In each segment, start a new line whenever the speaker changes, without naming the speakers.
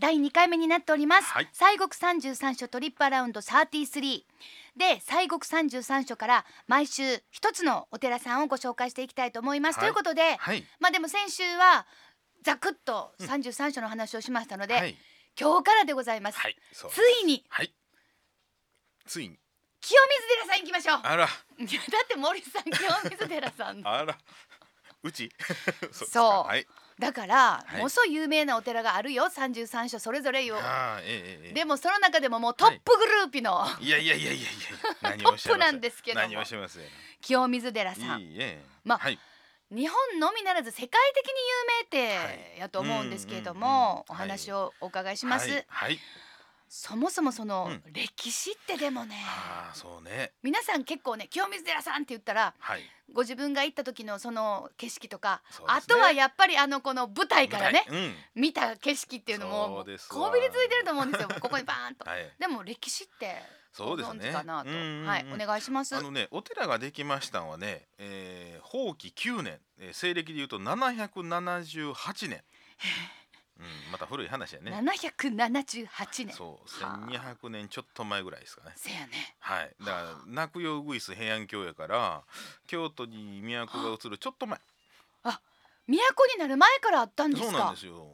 第2回目になっております、
はい
西国33所トリップアラウンド33で西国33所から毎週一つのお寺さんをご紹介していきたいと思います、
はい
ということで、
はい
まあでも先週はざくっと33所の話をしましたので、
はい
今日からでございます、
はいそう
ついに
はいついに
清水寺さん行きましょう
あら
いや だって森さん清水寺さん
あらうち そうですか
そう
はい
だから、
はい
もうそう有名なお寺があるよ33所それぞれよ
あーええええええ
でもその中でももうトップグループの、
いやいやいやいやいや 何をおっし
ト
ゃいます
ップなんですけども
何をおっしゃいます
清水寺さん
いいえ
まあ
はい
日本のみならず世界的に有名ってやと思うんですけれども、
うんうん
お
うん
話をお伺いします、
はいはい
そもそもその、
うん
歴史ってでもね
ああそうね
皆さん結構ね清水寺さんって言ったら
はい
ご自分が行った時のその景色とか、
そうですね
あとはやっぱりあのこの舞台からね
舞台うん
見た景色っていうのもも
そう
う
ですわ
こびりついてると思うんですよここにバーンと。
はい
でも歴史って
そうです
ご存
ね
知かなと、
うんうんうん
はいお願いします。
あのねお寺ができましたのはね、えー、法規9年、えー、西暦でいうと778年、うん、また古い話やね
七百七十八年。
そう
はあ
1200年ちょっと前ぐらいですかね
せやね。
はいだから泣くよウグイス平安京やから京都に都が移るちょっと前
都になる前からあったんですか。
そうなんですよ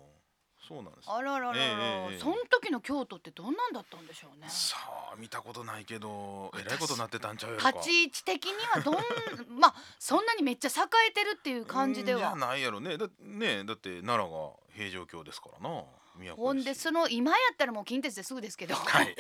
そうなんです
あらららら、
ええええ
その時の京都ってどんなんだったんでしょうね。
さあ見たことないけど
私
えらいことなってたんちゃうやろか
立ち位置的にはどん まあそんなにめっちゃ栄えてるっていう感じで
じゃ
は。
ないやろねだねだって奈良が平城京ですからな都です
ほんでその今やったらもう近鉄ですぐですけど、
はい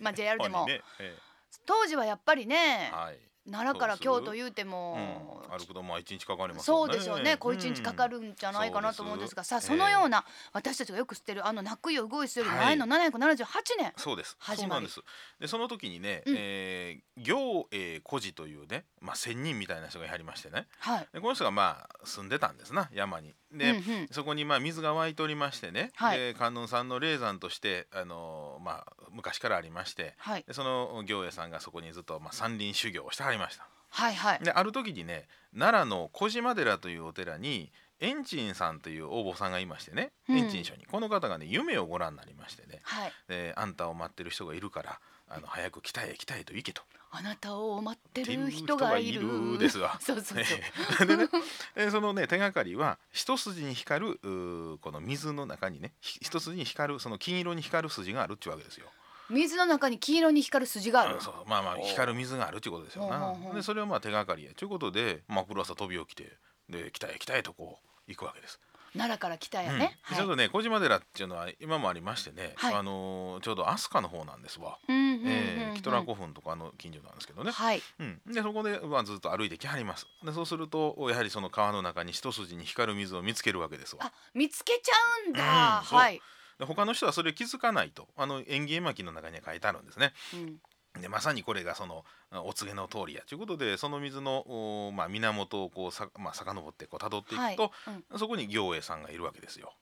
ま あ JR でも、
本人ねえ
当時はやっぱり
え
ね、
はい
奈良から
そう
京
です
都言うて
うん
も、
歩くとまあ一日かかります
そ
もん
う
ね
でしょうね小一日かかるんじゃないかなと思うんですが、さあそのような私たちがよく知ってるあの泣くよ動いすより前の778年、
そうです
始
そう
ま
なん
り
ですでその時にね、
うん
えー行英孤児というねまあ仙人みたいな人がやりましてね
はい、
でこの人がまあ住んでたんですな山にで、
うんうん
そこにまあ水が湧いておりましてね、
はい
で観音さんの霊山として、あのーまあ、昔からありまして
はい
でその行栄さんがそこにずっと、まあ、山林修行をしてはりました
はいはい
である時にね奈良の小島寺というお寺に円鎮さんというお坊さんがいましてね
うん
円鎮書にこの方がね夢をご覧になりましてね
はい
であんたを待ってる人がいるからあの早く来たへ来たへと行けと。
あなたを待って
って
る人がいる
人がいるですわ
そうそうそう
でねえそのね手がかりは一筋に光るうーこの水の中にねひ一筋に光るその金色に光る筋があるっていうわけですよ。
水の中に黄色に光る筋がある
あそうまあまあ光る水があるっていうことですよ
ほう
な
ほうほ。う
でそれをまあ手がかりやということで、まあ、黒朝飛び起きてで北へ北へとこう行くわけです。
奈良から来た
う
よ
ん
ね、
ちょ
は
っ
い
とね小島寺っていうのは今もありましてね、
はい
あのーちょうど飛鳥の方なんですわ。
うんうんうんうん
えーキトラ古墳とかの近所なんですけどね。
はい
うん、でそこで、まあ、ずっと歩いてきはりますでそうするとやはりその川の中に一筋に光る水を見つけるわけですわ
あ見つけちゃうんだ、
うんそう
はい、
で他の人はそれ気づかないとあの園芸巻の中には書いてあるんですね
うん、
でまさにこれがそのあお告げの通りやということでその水の、おまあ、源をこうさ、まあ、遡ってこう辿っていくと、
はいうん
そこに行栄さんがいるわけですよ。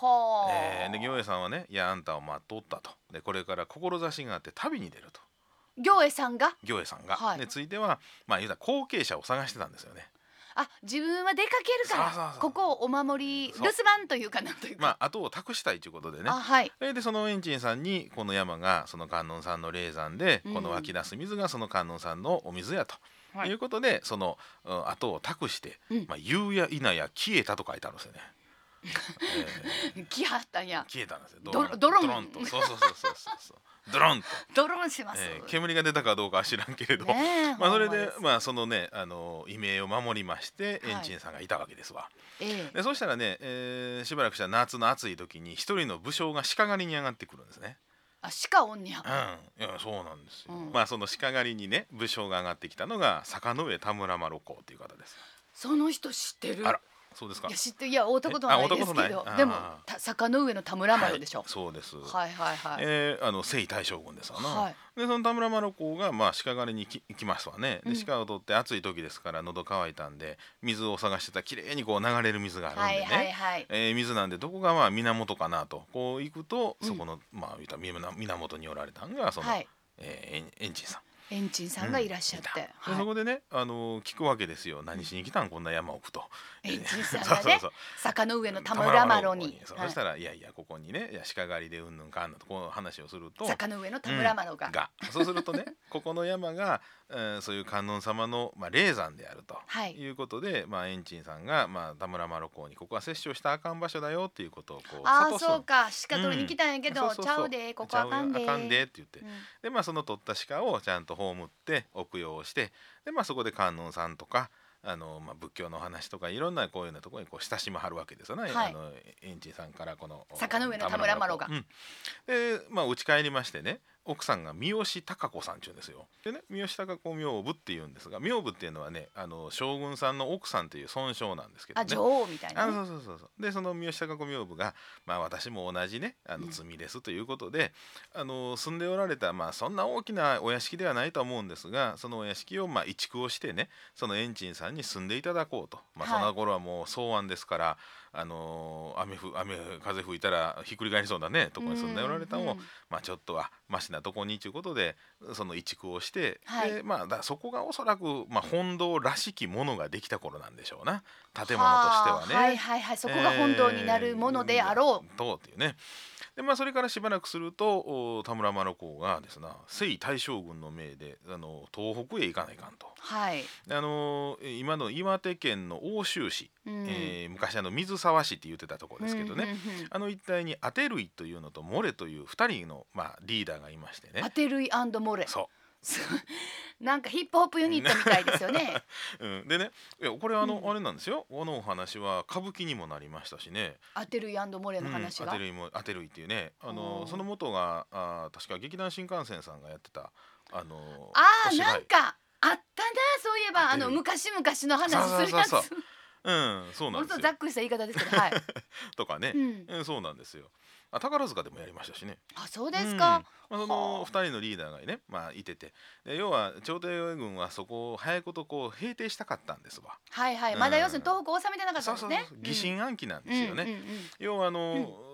はあ、
えーで行栄さんはね「いやあんたを待っとった」とでこれから志があって旅に出ると
行栄さんが
行栄さんが、
はい
でついてはまあ言うたら後継者を探してたんですよね。
あ自分は出かけるから
そうそうそう
ここをお守り留
そう
守番というかなんというか、
まあ、後を託したいということでね
あはい
それでそのエンチンさんにこの山がその観音さんの霊山で
うん
この湧き出す水がその観音さんのお水やと。
はい
い、うことでその、うん、後を託して、
うん
まあ、言うや否や消えたと書いてあるん ですよね。え
来はったんや
ー消えたんですよ。
ド
ドロン
ドロン
ドロンとそうそうそうそうそう そうドロンと、
ドローンします、
えー煙が出たかどうかは知らんけれど、
ねえ
まあそれ
ほん
で
です
まあそのねあの異名を守りまして
はい
エンチンさんがいたわけですわ。
ええ
でそうしたらね、えーしばらくしたら夏の暑い時に一人の武将が鹿狩りに上がってくるんですね。
あ鹿おんにゃ
うん、いやそうなんですよ。
うん
まあその鹿狩りにね武将が上がってきたのが坂上田村麻呂子っていう方です。
その人知ってる
あらそうですか
いや。知っていや会ったことは
え
な
あ
い
会
で
った
す
ことな
け
い
ど
あー
でもた坂の上の田村丸でしょ
はい、そうです。
はい、はいはい
えーあの征夷大将軍ですわな、
はい
でその田村麻呂子がまあ鹿狩りにき行きますわね
う
で
ん
鹿を取って暑い時ですから喉乾いたんで水を探してたら綺麗にこう流れる水があるんで
はい
ね、
はいはい
えー水なんでどこがまあ源かなとこう行くと
うん
そこの、まあ言うたら源源におられたんがその、
はい
えーエンエンジンさん
エンチンさんがいらっしゃって、
で
はい
そこでね、あのー聞くわけですよ何しに来たんこんな山奥と。
エンチンさん
そう
が
そう
ね
そう
坂の上の玉浦麻呂に
そう
はい
そしたらいやいやここにねいや鹿狩りでうんぬんかんぬんとこう話をすると。
坂の上の玉浦麻呂が、
がそうするとね ここの山が、えーそういう観音様の、まあ、霊山であると、、
はいいう
ことで、まあ、エンチンさんが、まあ、田村麻呂港にここは摂取したらあかん場所だよっていうことをこう
ああ
諭す
そうか鹿取りに来たんやけど、
うんそうそう
ち
そう
ゃうでここあかんで
ちゃうよあかんでって言って
うん
でまあその取った鹿をちゃんと葬ってお供養してでまあそこで観音さんとかあの、まあ、仏教の話とかいろんなこういうようなところにこう親しまはるわけですよね、
はい
あのエンチンさんからこの
坂の上の田村麻呂が
うんでまあ家帰りましてね奥さんが三好孝子さんっていうんですよでね三好孝子名部っていうんですが名部っていうのはねあの将軍さんの奥さんという尊称なんですけど、
あ
ね、
女王みたいな
あ
ね、
そうそうそうそうでその三好高子名部が、まあ、私も同じねあ
う
の
ん
罪ですということで、あの住んでおられた、まあ、そんな大きなお屋敷ではないとは思うんですがそのお屋敷を、まあ、移築をしてねその園賃さんに住んでいただこうと、まあ、
はい
その頃はもう草案ですから、あの雨ふ雨風吹いたらひっくり返りそうだねとこに住んでおられたのを、
うんうん
まあ、ちょっとはマシなとこにということでその移築をして、
はい
でまあ、だそこがおそらく、まあ、本堂らしきものができた頃なんでしょうな建物としてはね。
あはいはいはいそこが本堂になるものであろう、
えーどうっていうねでまあそれからしばらくするとお田村麻呂公がですな征夷大将軍の命であの東北へ行かないかんと
はい、
あのえー今の岩手県の奥州市、
うん
えー昔あの水沢市って言ってたところですけどね、
うんうんうん
あの一帯にアテルイというのとモレという2人の、まあ、リーダーがいましてね
アテルイモレ
そ
す なんかヒップホップユニットみたいですよ ね
う、うん、でねいやこれあの、
うん
あれなんですよこのお話は歌舞伎にもなりましたしね
アテルイモレの話
うん、
が、
アテルイもアテルイっていうねあ
おー
のその元があー確か劇団新幹線さんがやってたあの
あ
お
ー
芝居
なんかあったなそういえば
ア
あ
テルイ
の昔々の話するやつ
そうそうそううんそう
も
なん
っ
で
と
すよ
ざっくりした言い方ですけ どはい、
とかね
う、ん、
うん、そうなんですよあ宝塚でもやりましたしね
あそうですか、
うんまあ、その2人のリーダーがね、まあ、いててで要は朝廷軍はそこを早いことこう平定したかったんですわ
はいはい、まだ要するに東北を治めてなかった
そ
ん
う
で
そ
す
うそう
ね
疑心暗鬼なん
う
で
ん
すよね、
うんうんうん
要はあの、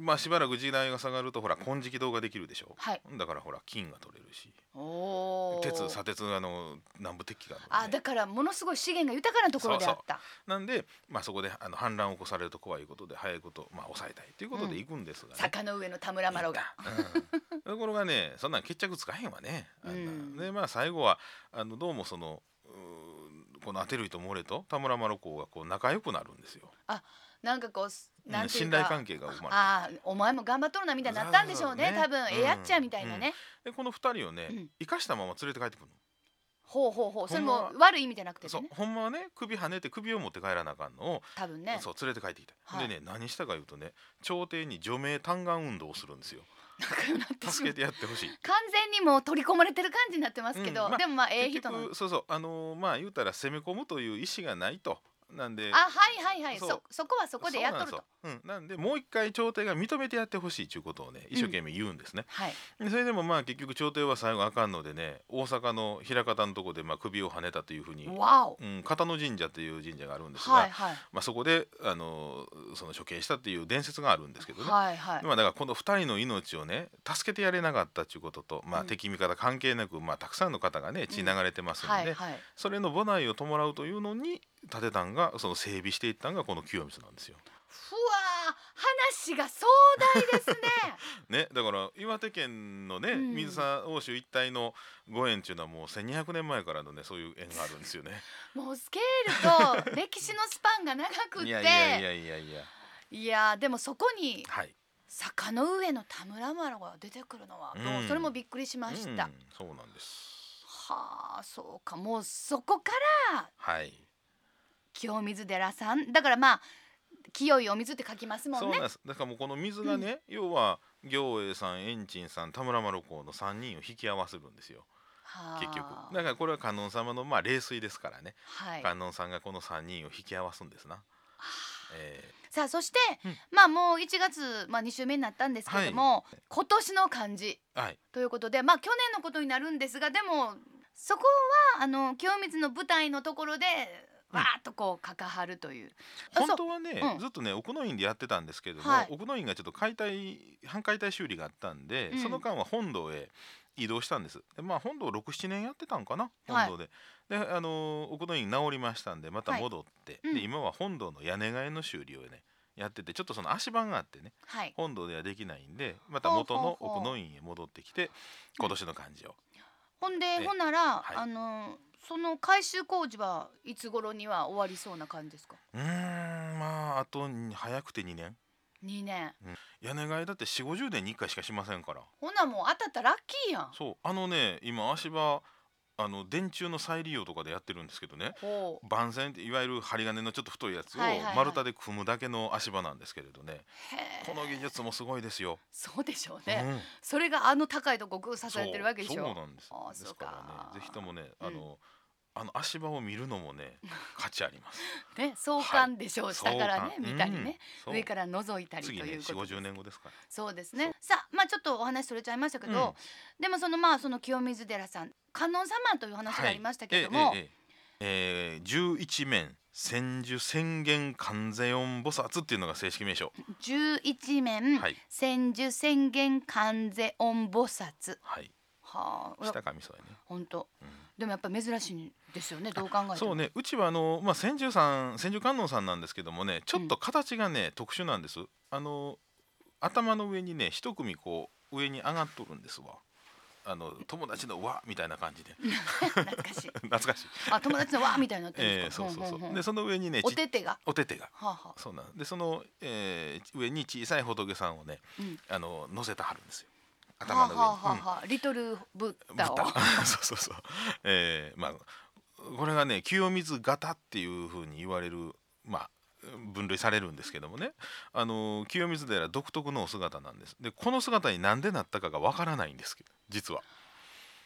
まあしばらく時代が下がるとほら金色堂ができるでしょ
はい
だからほら金が取れるし
おお
鉄砂鉄あの南部鉄器があ
あ
るんで
だからものすごい資源が豊かなところであった
なんで、まあ、そこであの反乱を起こされると怖いことで早いこと、まあ、抑えたいということで行くんですが、ね
坂の上の田村麻呂が、
うんところがねそんなん決着つかへんわねあんな
うん
でまあ最後はあのどうもそのうーこのアテルイとモレと田村麻呂公がこう仲良くなるんですよ、
なんかこう
うん
なんていう
信
か、
頼関係が生まれて
ああお前も頑張っとるなみたいになったんでしょうね
そうそう
多
そう
分
ね
ええやっちゃみたいなね、
でこの二人をね、
うん
生かしたまま連れて帰ってくる
ほうほうほうそれ
ほんま
も
は
悪い意味じゃなくて
の、そう
ね
ほんまはね首跳ねて首を持って帰らなあかんのを、
多分ね
そう連れて帰ってきた、
はい
でね何したかいうとね朝廷に除名嘆願運動をするんで すよ
仲良くなってしま
助け
う
てやってほしい
完全にもう取り込まれてる感じになってますけど、
うんまあ
でもまあ ええ
結
人なの
局そうそうあのーまあ言うたら攻め込むという意思がないとなんで
あはいはいはいそ
そう
そこはそこでやっとると
そうなんですようん、なんでもう一回朝廷が認めてやってほしいということをね一生懸命言うんですね、
はい
でそれでもまあ結局朝廷は最後あかんのでね大阪の枚方のとこでまあ首を跳ねたというふうに、
わお
うん、片野神社という神社があるんですが、
はいはい
まあ、そこで、あのーその処刑したっていう伝説があるんですけどね、
はいはい
まあだからこの2人の命をね助けてやれなかったということと、まあ、
うん
敵味方関係なく、まあ、たくさんの方がね血流れてますんで、
はいはい
それの母内を弔うというのに建てたんがその整備していったんがこの清水なんですよ。
ふわー話が壮大ですね
ね、だから岩手県のね、
うん
水沢欧州一帯のご縁っていうのはもう1200年前からのねそういう縁があるんですよね。
もうスケールと歴史のスパンが長くって
い
い
や
や
いやいやいやいや
ーでもそこに
はい。
坂の上の田村麻呂が出てくるのは、もう
うん
それもびっくりしました、
うん、そうなんです。
はあそうかもうそこから
はい。
清水寺さんだからまあ清いお水って書きますも
そ
ん
うなん
ね
です。だからもうこの水がね、要は行栄さん、円珍さん、田村麻呂公の三人を引き合わせるんですよ。
はあ
結局。だからこれは観音様のまあ霊水ですからね。
はい、
観音さんがこの三人を引き合わすんですな。えー
さあそして、
うん
まあもう1月、まあ、2週目になったんですけれども、今年の漢字
はい、
ということでまあ去年のことになるんですがでもそこはあの清水の舞台のところで
うん
わーっとこうかかはるという。あそう
本当はね、
うん
ずっとね奥の院でやってたんですけれども、
はい
奥の院がちょっと解体半解体修理があったんで、
うん
その間は本堂へ移動したんですでまあ本堂67年やってたんかな
はい
本堂で、であのーおことに治りましたんでまた戻って、
うん
で今は本堂の屋根替えの修理をねやっててちょっとその足場があってね
はい
本堂ではできないんでまた元の
ほうほうほう
奥の院へ戻ってきて今年の漢字を
ほんで、
え
ほんなら、
はい
あのその改修工事はいつ頃には終わりそうな感じですか
うーんまああとに早くて2年
2年
屋根替えだって4 5 0年に1回しかしませんから
ほなもう当たったらラッキーやん
そうあのね今足場あの電柱の再利用とかでやってるんですけどね
ほう
番線っていわゆる針金のちょっと太いやつを
はいはいはい
丸太で組むだけの足場なんですけれどね、
へえ
この技術もすごいですよ。
そうでしょう
う
ね、
ん
それがあの高いとこグー支えてるわけでし
そう
ょ
なんです
あ。ー
です
そ
か
うから
ね、ぜひともね、
うん
あの、あの足場を見るのもね、価値あ ります。
ね相関でしょう、下からね
そう
見たりね、、
うん
上から覗いたりとい
次
う
ね、
ことで
四五
す
十年後ですから。
そうですねさあまあちょっとお話それちゃいましたけど、でもそのまあその清水寺さん観音様という話がありましたけれども、
えええええー十一面千手千言観世音菩薩っていうのが正式名称。
11面、
はい
千手千眼観世音菩薩
はい。
はあ
下神そうやね。
本当
うん
でもやっぱり珍しいですよねどう考えても
そうねうちはあの、まあ、千住さん千住観音さんなんですけどもねちょっと形がね、特殊なんですあの頭の上にね一組こう上に上がっとるんですわあの友達の輪みたいな感じで
懐かしい
懐かしい、
あ友達のわーみたいになってるん
え
で
ー
すか、
そうそうそう、
ほんほんほん
でその上にねち
お手手が
お手手が
はあ、はあ
そうなんでその、えー上に小さい仏さんをね
うん、
あの乗せてはるんですよ
は
頭
あ
の上に、
はあはあはあ、リトルブッ
ブ
ダ
ッ
を
ダ そうそうそうえーまあこれがね清水型っていうふうに言われるまあ分類されるんですけどもねあのー清水寺独特のお姿なんですでこの姿に何でなったかがわからないんですけど実は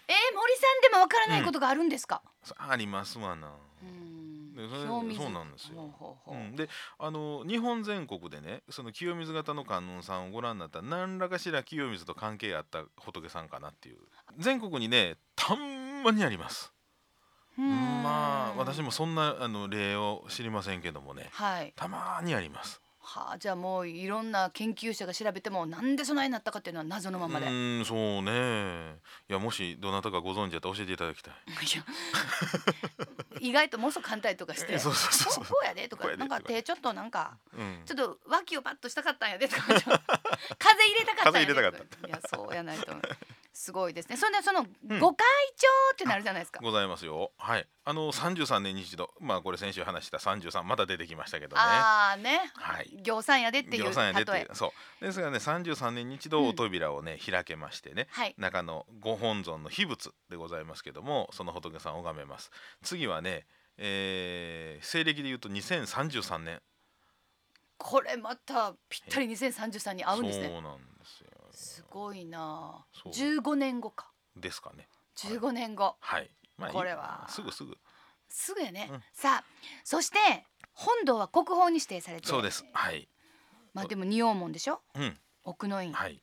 えー、森さんでもわからないことがあるんですか、
そうありますわな、
うん
でそれ
清水
そうなんですよ
ほうほうほ
う
う、
ん、であのー日本全国でねその清水型の観音さんをご覧になったら何らかしら清水と関係あった仏さんかなっていう全国にねたんまにあります
うん
まあ私もそんなあの例を知りませんけどもね
はい
たまにあります。
はあ、じゃあもういろんな研究者が調べてもなんでそないなったかっていうのは謎のま
う
まで、い
ーんそうねいやもしどなたかご存知だったら教えていただきたい。
や 意外ともそ簡単とかして
えそうそうそう
こ
そう
こうやでと
こ
か
うやで
なんか手ちょっとなんか
うん
ちょっと脇をパッとしたかったんやでとか風邪入れたかったんやで
風邪入れたか
といやそうやないとすごいですねそれでその
う
御
ん
開帳ってなるじゃないですか、
ございますよ。はい。あの33年に一度まあこれ先週話した33また出てきましたけどね。
ああね
はい。
行産やでっていう
行さんや
例
でってい
え
うそうですからね33年に一度お扉をね、開けましてね
はい
中のご本尊の秘仏でございますけどもその仏さんを拝めます次はね、えー西暦でいうと2033年
これまたぴったり2033に合うんですね
そうなんですよ。
すごいなあ
そう
15年後か
ですかね。
15年後
はい。まいい
これは
すぐすぐ。
すぐやね、
うん
さあそして本堂は国宝に指定されて
そうです。はい。
まあでも仁王門でしょ
うん。
奥の院、
はい。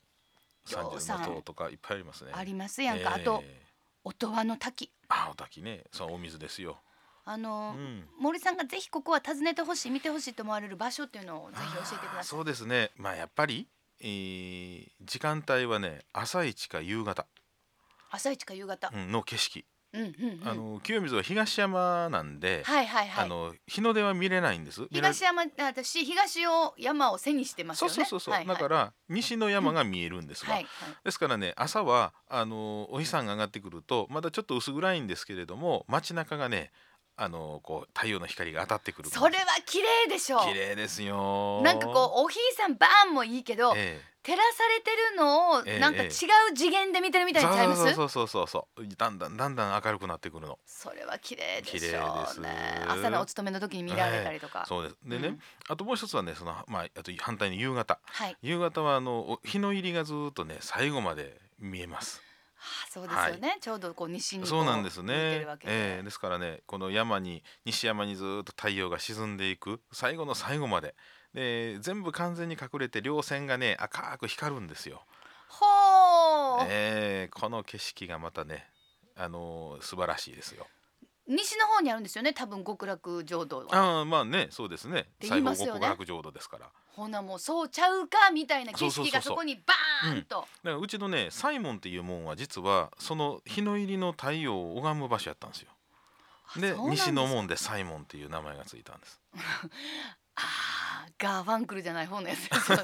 行
三十
さん
の塔とかいっぱいありますね。
ありますやんか、あと
えー
音羽の滝
あ、お滝ね。そうお水ですよ。
あの
う
ー
ん。
森さんがぜひここは訪ねてほしい見てほしいと思われる場所っていうのをぜひ教えてく
あ
だ
ー
さい
そうですね。まあやっぱり、えー時間帯はね、朝一か夕方
朝一か夕方
うんの景色。
うんうんうん
あの清水は東山なんで、
はいはいは
あ
い
の日の出は見れないんです。見られ
東山あ私東を山を背にしてます
そ
よ
う
ね
そうそうそう。
はいはい、
だから西の山が見えるんですわ。
はいはい
ですからね朝はあのお日さんが上がってくるとまだちょっと薄暗いんですけれども街中がねあのこう太陽の光が当たってくる
それは綺麗でしょ
綺麗ですよ
なんかこうおひいさんバーンもいいけど、
え
照らされてるのを
ええ
なんか違う次元で見てるみ
え
たいにちゃいます、
そうそうそうそうそうそうだんだんだんだん明るくなってくるの
それは綺麗でし
綺麗で
ょう
す
ね朝のお勤めの時に見られたりとか、
そうですでね、
うん
あともう一つはねそのまああと反対に夕方
はい
夕方はあのお日の入りがずーっとね最後まで見えます
ああそうですよね、ちょうどこう西にこ
そうなんです
向いて
ね
るわ。けで、
ええですからね、この山に西山にずーっと太陽が沈んでいく最後の最後まで、で全部完全に隠れて稜線がね赤く光るんですよ。
ほう、
ええこの景色がまたね、あのー素晴らしいですよ。
西の方にあるんですよね多分極楽浄土は
ああまあねそうですね。
て言い
最後
ま
の
すよね
極楽浄土ですから。
ほなもうそうちゃうかみたいな景色が
そうそうそうそう
そこにバーンと、
だからうちのねサイモンっていう門は実はその日の入りの太陽を拝む場所やったんですよ。で
そうなんです
西の門でサイモンっていう名前がついたん です。
あーガーファンクルじゃない方のやつですよね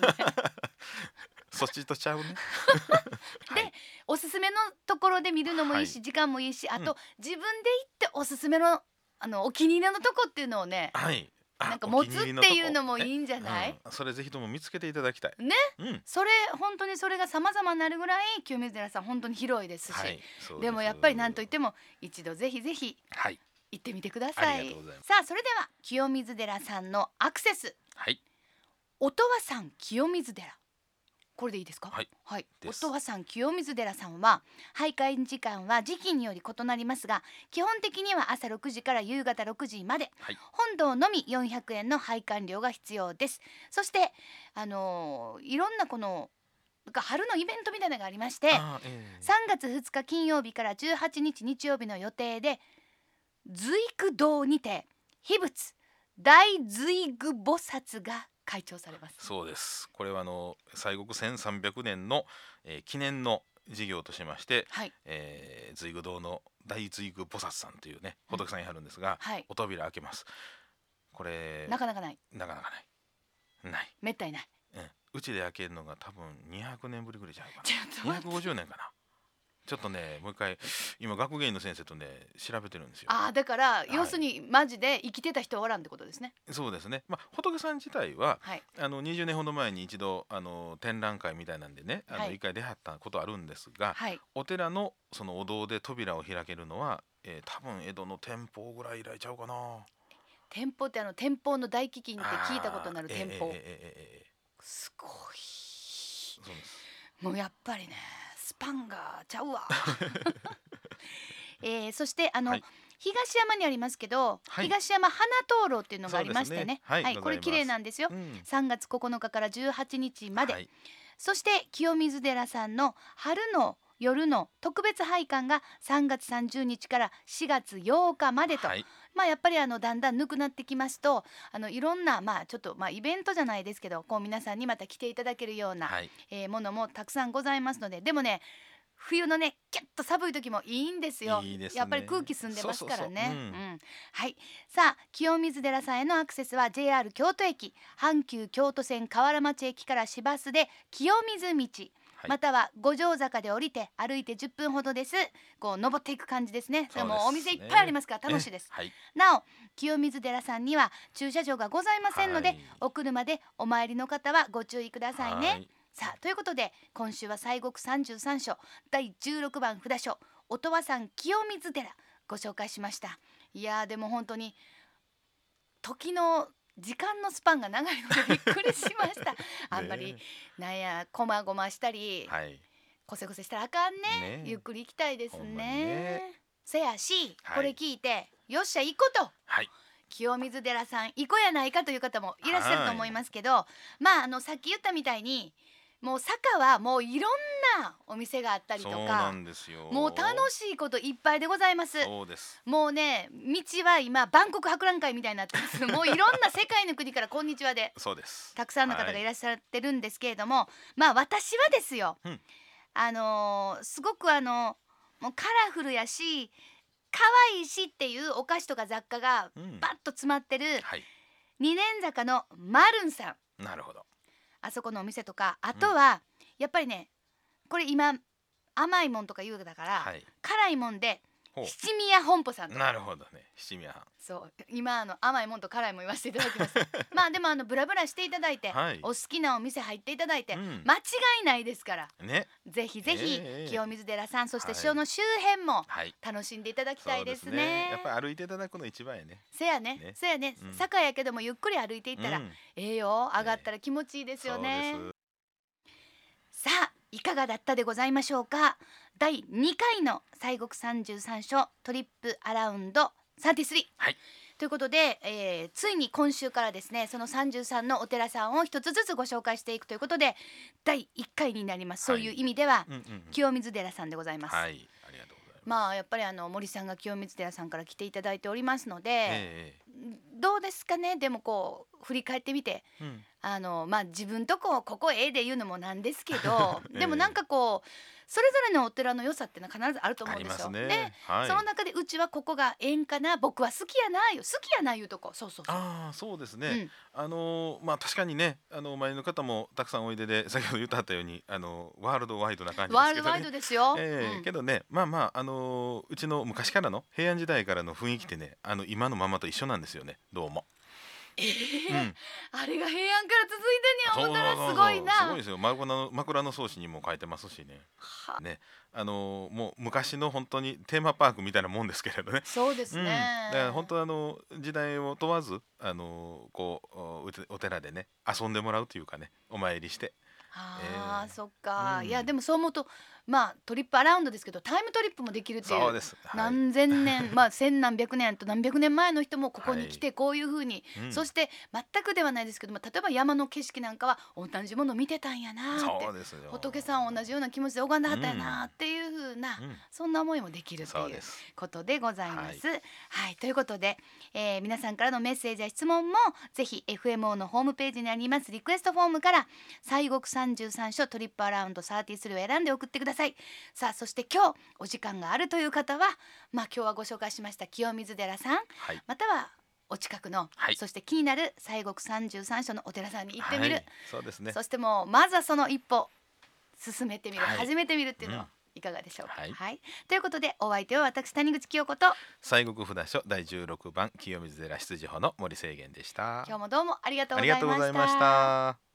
そっちと ちゃうね。 はい
おすすめのところで見るのもいいし、
は
時間もいいしあと、
う
自分で行っておすすめのあのお気に入りのとこっていうのをね
はい。あ
なんか持つっていうのもい
い
いんじゃない、
うんそれぜひとも見つけていただきたい。
ね。
うん。
それ本当にそれが様々になるぐらい清水寺さん本当に広いですし、
はい。そうす
でもやっぱり何と言っても一度ぜひぜひ
はい。
行ってみてくださ
あ
い
りがとうございます。
さあそれでは清水寺さんのアクセス
はい。
音羽山清水寺これでいいですか
はい、です
音羽山清水寺さんは徘徊時間は時期により異なりますが基本的には朝6時から夕方6時まで、
はい
本堂のみ400円の拝観料が必要ですそしてあのーいろんなこのなんか春のイベントみたいなのがありまして
あーえー
3月2日金曜日から18日日曜日の予定で随句堂にて秘仏大随具菩薩が開帳されます。
そうです。これはあの西国1300年の、えー記念の事業としまして、
はい
えー、随具堂の大随具菩薩さんというね仏さんにあるんですが、
はい、
お扉開けます。これ
な
なか
かなかない、
なかない。ない。
めったにない。
うん、うちで開けるのが多分200年ぶりぐらいじゃないか
ちょっと
な
待って
250年かなちょっとねもう一回今学芸員の先生とね調べてるんですよ
ああだから、
い
要するにマジで生きてた人はおらんってことですね。
そうですね、まあ、仏さん自体は
はい。
あの20年ほど前に一度あの展覧会みたいなんでねあ
は
の
い
一回出はったことあるんですが、
はい。
お寺のそのお堂で扉を開けるのは、えー多分江戸の天保ぐらい以来ちゃうかな
天保ってあの天保の大飢饉って聞いたことのある
あー
天保、
えーえーえーえ
すごい。
ーそうです
もうやっぱりねスパンがちゃう わ。えー、そしてあの、
はい
東山にありますけど、
はい
東山花灯籠っていうのがありましてね
そうですねはい
これ
ございます
綺麗なんですよ。
うん
3月9日から18日まで、
はい
そして清水寺さんの春の夜の特別拝観が3月30日から4月8日までと、
はい
まあやっぱりあのだんだんぬくなってきますとあのいろんなまあちょっとまあイベントじゃないですけどこう皆さんにまた来ていただけるような、
はい
えーものもたくさんございますのででもね冬のねキュッと寒い時もいいんですよ
いいですね
やっぱり空気澄んでますからね
そうそうそううん
うんはいさあ清水寺さんへのアクセスは JR 京都駅阪急京都線河原町駅から市バスで清水道、
はい
または五条坂で降りて歩いて10分ほどですこう登っていく感じですねそれ
そう
も
です
お店いっぱいありますから楽しいです、
えはい
なお清水寺さんには駐車場がございませんので、
はい
お車でお参りの方はご注意くださいね、
はい
さあということで今週は西国三十三所第十六番札所音羽山清水寺ご紹介しましたいやーでも本当に時の時間のスパンが長いのでびっくりしましたあんまり
ね
なんやこまごましたり
はい
こせこせしたらあかんね
ね
ゆっくり行きたいです
ほ
ね
んまにね
せやし
はい
これ聞いて、よっしゃ行こうと
はい
清水寺さん行こうやないかという方もいらっしゃると思いますけどまああのさっき言ったみたいにもう坂はもういろんなお店があったりと
そうな
か
んですよ
もう楽しいこといっぱいでございます。
そうです
もうね道は今万国博覧会みたいになってます もういろんな世界の国から「こんにちは」で
そうです
たくさんの方がいらっしゃってるんですけれども、まあ私はですよ、
うん
あのーすごくあのもうカラフルやし可愛いしっていうお菓子とか雑貨が
うん
バッと詰まってる
はい
二年坂のマルンさん
なるほど
あそこのお店とかあとはやっぱりねこれ今甘いもんとか言うだから、
はい
辛いもんで
ほう
七味屋本舗さんとか
なるほどね七味庵
そう今あの甘いもんと辛いもん言わせていただきます まあでもあのブラブラしていただいて、
はい
お好きなお店入っていただいて、
うん
間違いないですから
ね
ぜひぜひ、
ええ
清水寺さんそして
はい
塩の周辺も
はい
楽しんでいただきたいですね,、
やっぱり歩いていただくの一番やね
せやね
ね
せやね、
うん
坂やけどもゆっくり歩いていったら、
うん
ええよ上がったら気持ちいいですよね、さあいかがだったでございましょうか第2回の西国三十三所トリップアラウンド33、
はい
ということで、えーついに今週からですねその33のお寺さんを一つずつご紹介していくということで第1回になります、
はい
そういう意味では、
そうですうんうんうん
清水寺さんでございます、
はいありがとうござい
まあやっぱりあの森さんが清水寺さんから来ていただいておりますので、
え
どうですかねでもこう振り返ってみて
えうん
あのまあ自分とこここええで言うのもなんですけど
、ええ
でもなんかこうそれぞれのお寺の良さってのは必ずあると思
あ
うん
り
で
ますす
よ。
ね。
で
はい。
その中でうちはここがええんかな僕は好きやないう好きやないうとこそうそうそう。
ああそうですね、
うん
あのーまあ確かにねあのお参りの方もたくさんおいで で先ほど言ったあったようにあのワールドワイドな感じで
ワー
す
ル
け
ド
ど
ワイ
ね
ド。ですよ。
ええ
うん
けどねまあまああのーうちの昔からの平安時代からの雰囲気ってねあの今のままと一緒なんですよねどうも。うん
あれが平安から続いてんねや思ったらすごいな。
そうそうそうすごいですよ枕の枕草子にも書いてますしね
は
ねあのーもう昔の本当にテーマパークみたいなもんですけれどね
そうです
うん、だ
ね。
から本当あの時代を問わずあのこうおうてお寺でね遊んでもらうというかねお参りして
ああ、
ええ
そっか、
うん
いやでもそう思うとまあトリップアラウンドですけどタイムトリップもできるっていう
そうです、はい
何千年、まあ千何百年と何百年前の人もここに来てこういうふうに、
うん
そして全くではないですけども例えば山の景色なんかは同じもの見てたんやなーっ
そう
て
ですよ
仏さんは同じような気持ちで拝んだはったんやなーっていうふうな、
うん
そんな思いもできるって
そう
い
で
う
す
ことでございます。はい、ということで、えー皆さんからのメッセージや質問もぜひ FMO のホームページにありますリクエストフォームから西国三十三所トリップアラウンド33を選んで送ってください。さあそして今日お時間があるという方は、まあ今日はご紹介しました清水寺さん、
はい
またはお近くの、
はい
そして気になる西国三十三所のお寺さんに行ってみる、
はいそうですね
そしてもうまずはその一歩進めてみる、
はい
始めてみるっていうの
うん
は。いかがでしょうか、
はい
ということでお相手は私谷口清子と
西国札所第16番清水寺出自法の森清源でした
今日もどうもありがとう
あ
ござ
り
いまし。
がとうございましたた